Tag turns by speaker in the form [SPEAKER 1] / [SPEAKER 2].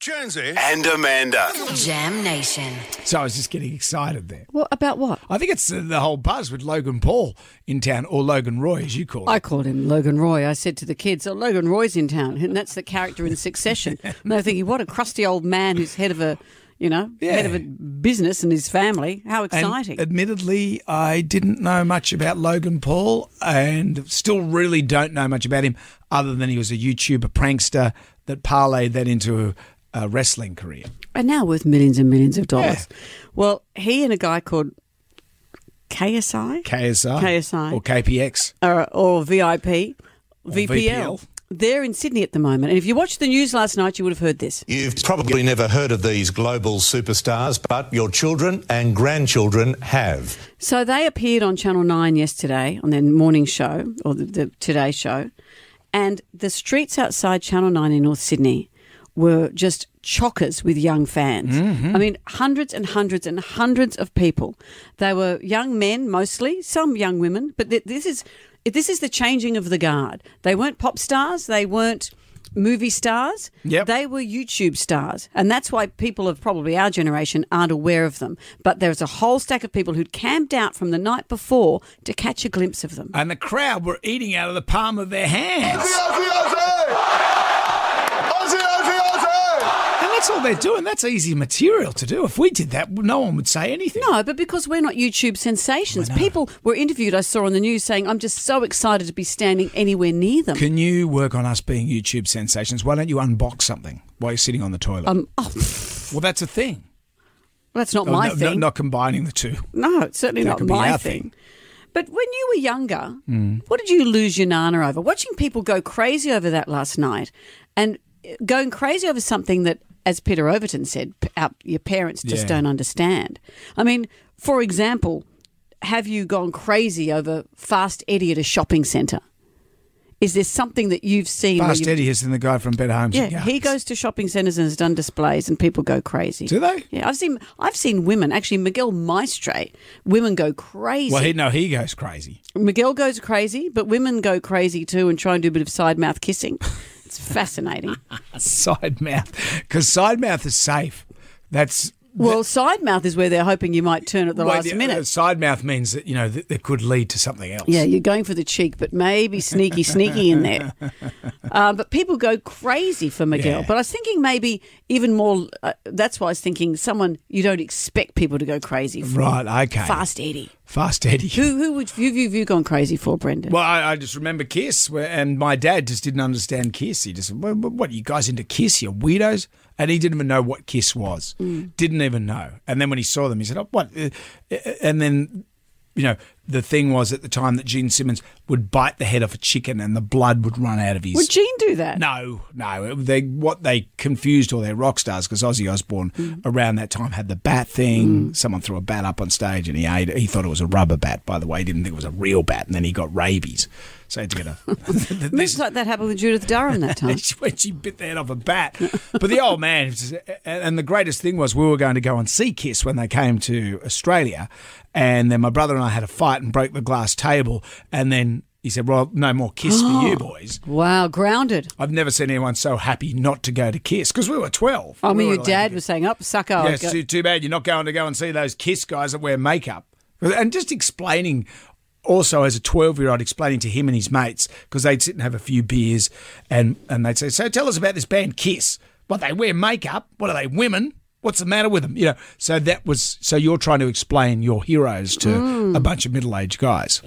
[SPEAKER 1] Jonesy.
[SPEAKER 2] and Amanda.
[SPEAKER 3] Jam Nation.
[SPEAKER 4] So I was just getting excited there.
[SPEAKER 5] What about what?
[SPEAKER 4] I think it's uh, the whole buzz with Logan Paul in town, or Logan Roy, as you call
[SPEAKER 5] I
[SPEAKER 4] it.
[SPEAKER 5] called him Logan Roy. I said to the kids, "Oh, Logan Roy's in town," and that's the character in Succession. And they're thinking, "What a crusty old man who's head of a, you know, head of a business and his family. How
[SPEAKER 4] And
[SPEAKER 5] exciting!"
[SPEAKER 4] admittedly, I didn't know much about Logan Paul and still really don't know much about him other than he was a YouTuber prankster that parlayed that into a, a wrestling career.
[SPEAKER 5] are now worth millions and millions of dollars. Well, he and a guy called KSI
[SPEAKER 4] KSI.
[SPEAKER 5] KSI.
[SPEAKER 4] Or KPX.
[SPEAKER 5] or, or VIP, VPL.
[SPEAKER 4] VPL.
[SPEAKER 5] They're in Sydney at the moment. And if you watched the news last night, you would have heard this.
[SPEAKER 6] You've probably never heard of these global superstars, but your children and grandchildren have.
[SPEAKER 5] So they appeared on Channel 9 yesterday on their morning show, or the, the Today Show, and the streets outside Channel 9 in North Sydney were just chockers with young fans. I mean, hundreds and hundreds and hundreds of people. They were young men mostly, some young women, but th- this is this is the changing of the guard. They weren't pop stars, they weren't movie stars.
[SPEAKER 4] Yep.
[SPEAKER 5] They were YouTube stars. And that's why people of probably our generation aren't aware of them. But there's a whole stack of people who'd camped out from the night before to catch a glimpse of them.
[SPEAKER 4] And the crowd were eating out of the palm of their hands. And that's all they're doing. That's easy material to do. If we did that, no one would say anything.
[SPEAKER 5] No, but because we're not YouTube sensations. People were interviewed, I saw on the news, saying, I'm just so excited to be standing anywhere near them.
[SPEAKER 4] Can you work on us being YouTube sensations? Why don't you unbox something while you're sitting on the toilet?
[SPEAKER 5] um, oh,
[SPEAKER 4] well, that's a thing.
[SPEAKER 5] well, that's not
[SPEAKER 4] Oh,
[SPEAKER 5] my
[SPEAKER 4] no, no-
[SPEAKER 5] thing.
[SPEAKER 4] not combining the two.
[SPEAKER 5] No, it's certainly
[SPEAKER 4] That
[SPEAKER 5] not
[SPEAKER 4] could be Mm.
[SPEAKER 5] my
[SPEAKER 4] our
[SPEAKER 5] thing.
[SPEAKER 4] thing.
[SPEAKER 5] But when you were younger, what did you lose your nana over? Watching people go crazy over that last night and going crazy over something that, as Peter Overton said, p- our, your parents just
[SPEAKER 4] Yeah.
[SPEAKER 5] don't understand. I mean, for example, have you gone crazy over Fast Eddie at a shopping centre? Is there something that you've seen? where
[SPEAKER 4] Fast
[SPEAKER 5] you've-
[SPEAKER 4] Eddie is in the guy from Better Homes.
[SPEAKER 5] yeah,
[SPEAKER 4] and
[SPEAKER 5] he
[SPEAKER 4] Yards.
[SPEAKER 5] goes to shopping centres and has done displays, and people go crazy.
[SPEAKER 4] Do they?
[SPEAKER 5] Yeah, I've seen I've seen women actually. Miguel Maestre, women go crazy.
[SPEAKER 4] Well, he no, he goes crazy.
[SPEAKER 5] Miguel goes crazy, but women go crazy too and try and do a bit of side mouth kissing. It's fascinating.
[SPEAKER 4] Side mouth, because side mouth is safe. That's
[SPEAKER 5] well, side mouth is where they're hoping you might turn at the
[SPEAKER 4] well,
[SPEAKER 5] last
[SPEAKER 4] the- uh,
[SPEAKER 5] minute.
[SPEAKER 4] Side mouth means that you know that it could lead to something else.
[SPEAKER 5] Yeah, you're going for the cheek, but maybe sneaky, sneaky in there. Uh, but people go crazy for Miguel.
[SPEAKER 4] Yeah.
[SPEAKER 5] But I was thinking maybe even more. Uh, that's why I was thinking someone you don't expect people to go crazy for.
[SPEAKER 4] Right. Okay.
[SPEAKER 5] Fast Eddie.
[SPEAKER 4] Fast Eddie.
[SPEAKER 5] Who who would you you you gone crazy for, Brendan?
[SPEAKER 4] Well, I, I just remember Kiss, where- and my dad just didn't understand Kiss. He just, what, what- what, you guys into Kiss? You weirdos! And he didn't even know what Kiss was. Didn't even know. And then when he saw them, he said, "Oh, what?" uh, uh," And then, you know, the thing was at the time that Gene Simmons would bite the head off a chicken, and the blood would run out of his.
[SPEAKER 5] Would Gene do that?
[SPEAKER 4] No, no. They what they confused all their rock stars because Ozzy Osbourne around that time had the bat thing. Someone threw a bat up on stage and he ate. it. He thought it was a rubber bat. By the way, he didn't think it was a real bat, and then he got rabies. So he had to get a.
[SPEAKER 5] Looks
[SPEAKER 4] this,
[SPEAKER 5] like that happened with Judith Durham that time.
[SPEAKER 4] when she bit the head off a bat, but the old man. And the greatest thing was we were going to go and see Kiss when they came to Australia, and then my brother and I had a fight and broke the glass table, and then. He said, "Well, no more kiss for you boys."
[SPEAKER 5] wow, grounded.
[SPEAKER 4] I've never seen anyone so happy not to go to Kiss because we were 12.
[SPEAKER 5] I
[SPEAKER 4] We
[SPEAKER 5] mean,
[SPEAKER 4] were
[SPEAKER 5] your
[SPEAKER 4] like,
[SPEAKER 5] dad was saying, up, sucker.
[SPEAKER 4] Yes,
[SPEAKER 5] I'd go-
[SPEAKER 4] too, too bad you're not going to go and see those Kiss guys that wear makeup. And just explaining, also as a 12 year old, explaining to him and his mates because they'd sit and have a few beers and, and they'd say, So tell us about this band Kiss. What, they wear makeup? What are they, women? What's the matter with them? You know, so that was, so you're trying to explain your heroes to a bunch of middle aged guys.